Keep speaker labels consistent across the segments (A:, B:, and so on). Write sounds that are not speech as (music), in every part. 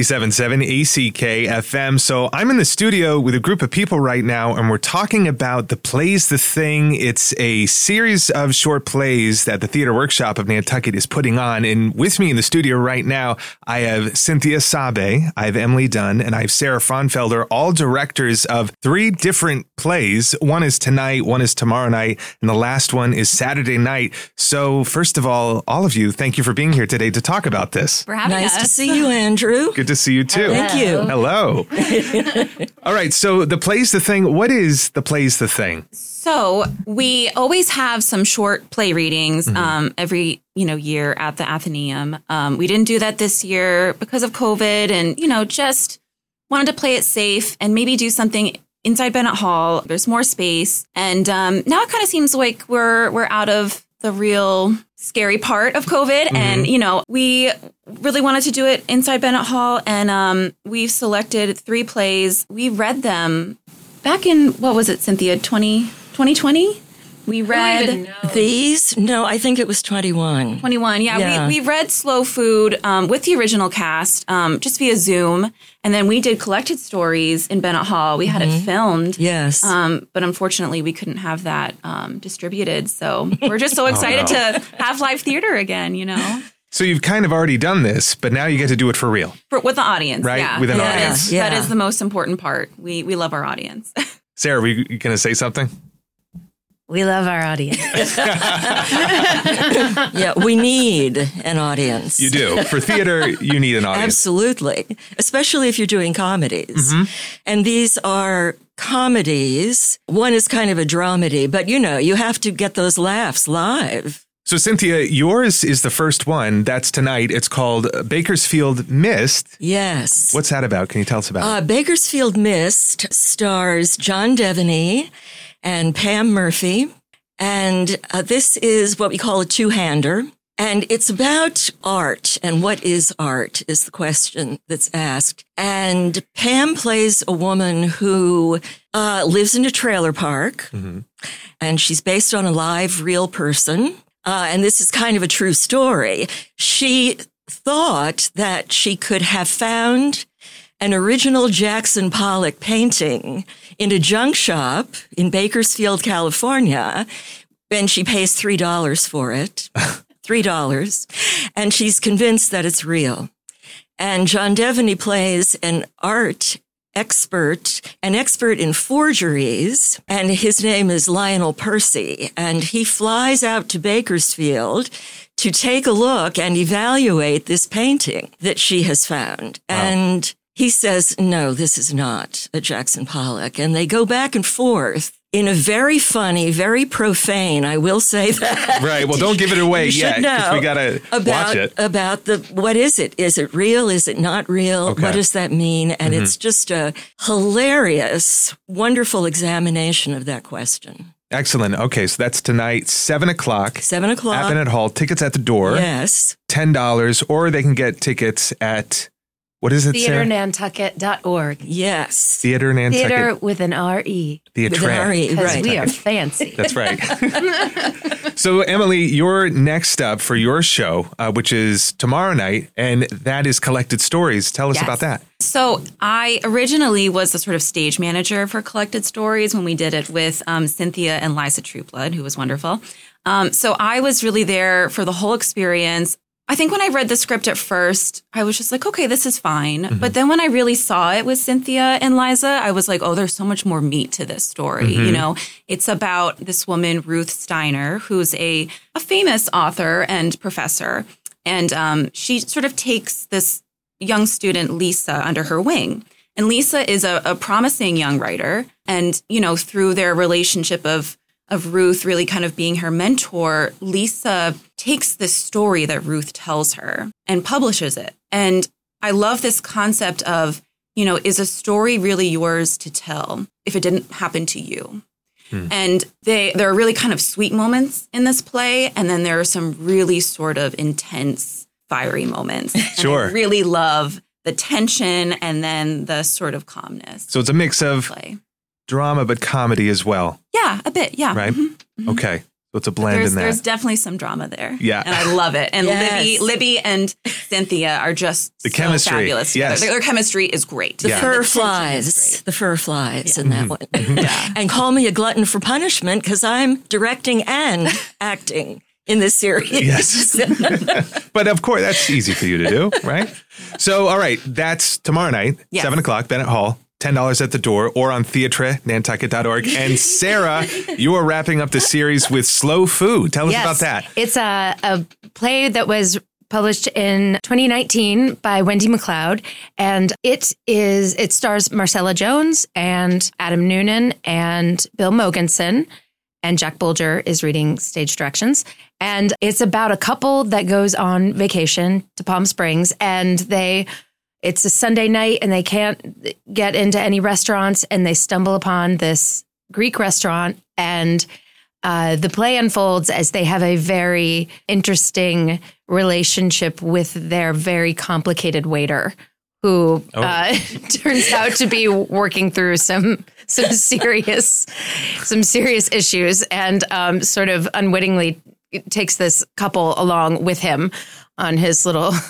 A: 97.7 ACK FM. So I'm in the studio with a group of people right now, and we're talking about The Plays the Thing. It's a series of short plays that the Theater Workshop of Nantucket is putting on. And with me in the studio right now, I have Cynthia Sabe, I have Emily Dunn, and I have Sarah Fronfelder, all directors of three different plays. One is tonight, one is tomorrow night, and the last one is Saturday night. So, first of all, all of you, thank you for being here today to talk about this.
B: for having
C: Nice
B: us.
C: to see you, Andrew.
A: Good to see you too.
C: Thank you.
A: Hello. (laughs) All right. So the plays the thing. What is the plays the thing?
B: So we always have some short play readings
C: Mm-hmm.
B: um, every you know year at the Athenaeum. Um, we didn't do that this year because of COVID, and you know just wanted to play it safe and maybe do something inside Bennett Hall. There's more space, and um, now it kind of seems like we're we're out of the real scary part of COVID,
C: Mm-hmm.
B: and you know we really wanted to do it inside Bennett Hall, and um, we've selected three plays. We read them back in what was it, Cynthia? 20, 2020? We read
C: These? No, I think it was 21.
B: 21. Yeah,
C: Yeah.
B: We, we read Slow Food um, with the original cast um, just via Zoom. And then we did collected stories in Bennett Hall. We had
A: Mm-hmm.
B: it filmed.
C: Yes.
B: Um, but unfortunately, we couldn't have that um, distributed.
A: (laughs)
B: So we're just so
A: Oh,
B: excited to have live theater again, you know,
A: So you've kind of already done this, but now you get to do it for real.
B: For, with the audience.
A: Right,
B: Yeah.
A: with an
B: That
A: audience.
B: is-
C: Yeah.
B: That is the most important part. We, we love our audience. (laughs)
A: Sarah, were you going to say something?
D: We love our audience.
C: yeah, we need an audience.
A: You do. For theater, you need an audience. Mm-hmm.
C: Absolutely. Especially if you're doing comedies. And these are comedies. One is kind of a dramedy, but you know, you have to get those laughs live.
A: So Cynthia, yours is the first one. That's tonight. It's called Bakersfield Mist.
C: Yes.
A: What's that about? Can you tell us about
C: Uh, Bakersfield Mist stars John Devaney and Pam Murphy. And uh, this is what we call a two hander. And it's about art. And what is art is the question that's asked. And Pam plays a woman who uh, lives in a trailer park and she's based on a live, real person. Uh, and this is kind of a true story. She thought that she could have found an original Jackson Pollock painting in a junk shop in Bakersfield, California, and she pays $3 for it. $3. And she's convinced that it's real. And John Devaney plays an art expert, an expert in forgeries, and his name is Lionel Percy. And he flies out to Bakersfield to take a look and evaluate this painting that she has found. And he says, no, this is not a Jackson Pollock. And they go back and forth in a very funny, very profane, I will say that
A: it? Right. Well, don't give it away
C: you should
A: yet. 'cause
C: know
A: We got to
C: about, uh,
A: watch it.
C: About the what is it? Is it real? Is it not real?
A: Okay. Mm-hmm.
C: What does that mean? And it's just a hilarious, wonderful examination of that question.
A: Excellent. Okay. So that's tonight, 7 o'clock.
C: Seven o'clock.
A: Appen at Hall. Tickets at the door.
C: yes.
A: ten dollars, or they can get tickets at what is it? Sarah?
D: TheaterNantucket.org.
C: Yes.
A: Theater Nantucket.
D: Theater with an R-E.
C: With an
A: Theatre.
C: RE,
D: Because
C: right.
D: we are fancy.
A: That's right.
B: (laughs)
A: so Emily, you're next up for your show, uh, which is tomorrow night, and that is Collected Stories. Tell us
B: Yes.
A: about that.
B: So I originally was the sort of stage manager for Collected Stories when we did it with um, Cynthia and Liza Trueblood, who was wonderful. Um, so I was really there for the whole experience. I think when I read the script at first, I was just like, okay, this is fine. But then when I really saw it with Cynthia and Liza, I was like, oh, there's so much more meat to this story. You know, it's about this woman, Ruth Steiner, who's a, a famous author and professor. And um, she sort of takes this young student Lisa under her wing. And Lisa is a, a promising young writer. And, you know, through their relationship of of Ruth really kind of being her mentor, Lisa takes this story that Ruth tells her and publishes it. And I love this concept of, you know, is a story really yours to tell if it didn't happen to you? And they there are really kind of sweet moments in this play, and then there are some really sort of intense, fiery
A: (laughs)
B: moments. And I
A: Sure.
B: really love the tension and then the sort of calmness.
A: So it's a mix of
B: play.
A: drama but comedy as well,
B: Yeah, a bit. Yeah.
A: right? Okay. it's a blend
B: Mm-hmm. there's
A: in
B: there's
A: that.
B: definitely some drama there.
A: Yeah.
B: and I love it. And
C: Yes.
B: Libby, Libby and Cynthia are just
A: The
B: so
A: chemistry,
B: fabulous. together.
A: yes.
B: their, their chemistry is great.
C: The fur
B: tension is
C: flies.
B: great.
C: The fur flies in
A: Mm-hmm.
C: that one. (laughs) and call me a glutton for punishment because I'm directing and acting in this series. (laughs)
A: Yes. but of course, that's easy for you to
B: (laughs)
A: do, right? So, all right, that's tomorrow night,
B: Yes.
A: 7 o'clock, Bennett Hall. $10 at the door or on theatrenantucket.org. And Sarah,
B: (laughs)
A: you are wrapping up the series with Slow Food. Tell us about that.
D: It's a, a play that was published in 2019 by Wendy McLeod. And it is, it stars Marcella Jones and Adam Noonan and Bill Mogensen. And Jack Bulger is reading stage directions. And it's about a couple that goes on vacation to Palm Springs and they it's a Sunday night and they can't get into any restaurants and they stumble upon this Greek restaurant and uh, the play unfolds as they have a very interesting relationship with their very complicated waiter who
A: Oh.
D: uh, (laughs) turns out to be working through some some serious some serious issues and um, sort of unwittingly takes this couple along with him on his little (laughs)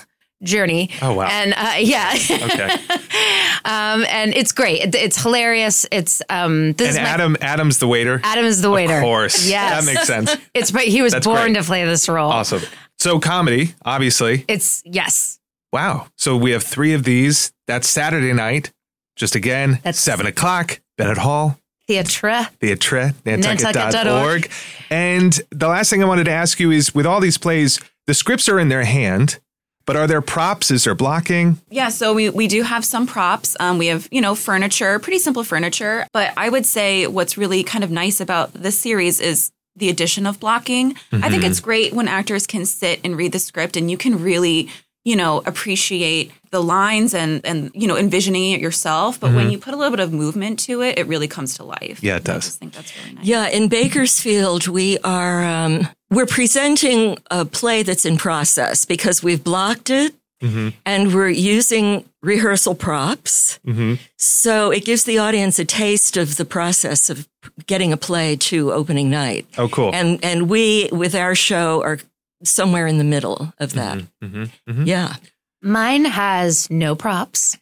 D: journey
A: Oh, wow.
D: and uh, yeah (laughs)
A: Okay.
D: um, and it's great It- it's hilarious it's um this
A: And
D: is my
A: Adam, Adam's the waiter.
D: Adam is the waiter.
A: Of course.
D: Yes.
A: That makes
D: (laughs)
A: sense.
D: It's but he was
A: That's
D: born
A: great.
D: to play this role.
A: Awesome. So, comedy, obviously.
D: It's yes.
A: Wow. So, we have three of these. That's Saturday night. Just again,
D: That's-
A: 7 o'clock, Bennett Hall.
D: Theatre.
A: theatrenantucket.org. And the last thing I wanted to ask you is with all these plays, the scripts are in their hand, but are there props? Is there blocking?
B: Yeah, so we, we do have some props. Um, we have, you know, furniture, pretty simple furniture. But I would say what's really kind of nice about this series is the addition of blocking. I think
A: Mm-hmm.
B: it's great when actors can sit and read the script and you can really, you know, appreciate the lines and, and you know, envisioning it yourself. But when you put a little bit of movement to it, it really comes to life.
A: Mm-hmm. Yeah, it
B: And I
A: does.
B: just think that's really nice.
C: Yeah, in Bakersfield, we are um, we're presenting a play that's in process because we've blocked it
A: Mm-hmm.
C: and we're using rehearsal props.
A: Mm-hmm.
C: So it gives the audience a taste of the process of getting a play to opening night.
A: Oh, cool.
C: And and we with our show are somewhere in the middle of that.
A: Mm-hmm.
C: Yeah.
D: Mine has no props.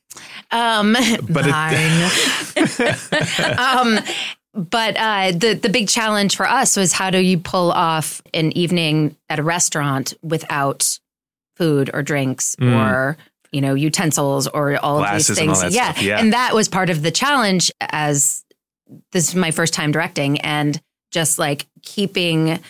D: Um
A: But it-
D: mine.
A: (laughs)
D: um but uh, the the big challenge for us was how do you pull off an evening at a restaurant without food or drinks or you know utensils or all
A: Hmm. Glasses
D: of these
A: and all
D: things
A: that
D: yeah.
A: stuff, yeah.
D: and that was part of the challenge as this is my first time directing and just like keeping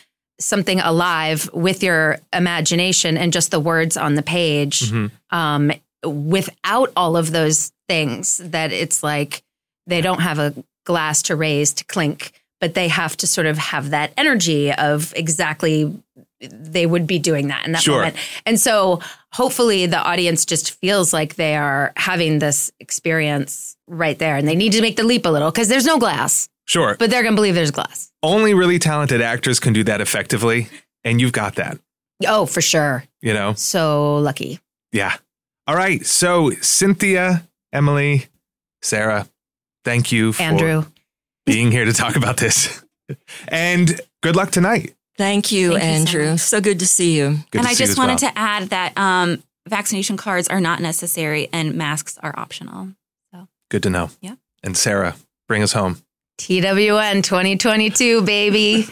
D: something alive with your imagination and just the words on the page
A: Mm-hmm.
D: um, without all of those things that it's like they don't have a glass to raise to clink but they have to sort of have that energy of exactly they would be doing that in that
A: Sure.
D: moment and so hopefully the audience just feels like they are having this experience right there and they need to make the leap a little because there's no glass
A: (laughs) Sure.
D: but they're gonna believe there's glass
A: Only really talented actors can do that effectively. And you've got that,
D: oh for sure
A: you know?
D: so lucky
A: Yeah. All right. So, Cynthia, Emily, Sarah, thank you for
D: andrew
A: being here to talk about this. and good luck tonight.
C: Thank you,
B: Thank you so
C: Andrew.
B: much.
C: so, good to see you.
A: Good to
B: and I
A: see you
B: just
A: as
B: wanted
A: well.
B: to add that um, vaccination cards are not necessary and masks are optional.
A: Good to know.
B: Yeah.
A: And Sarah, bring us home.
D: twn 2022 baby
A: (laughs)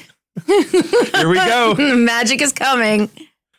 A: Here we go.
B: (laughs)
D: magic is coming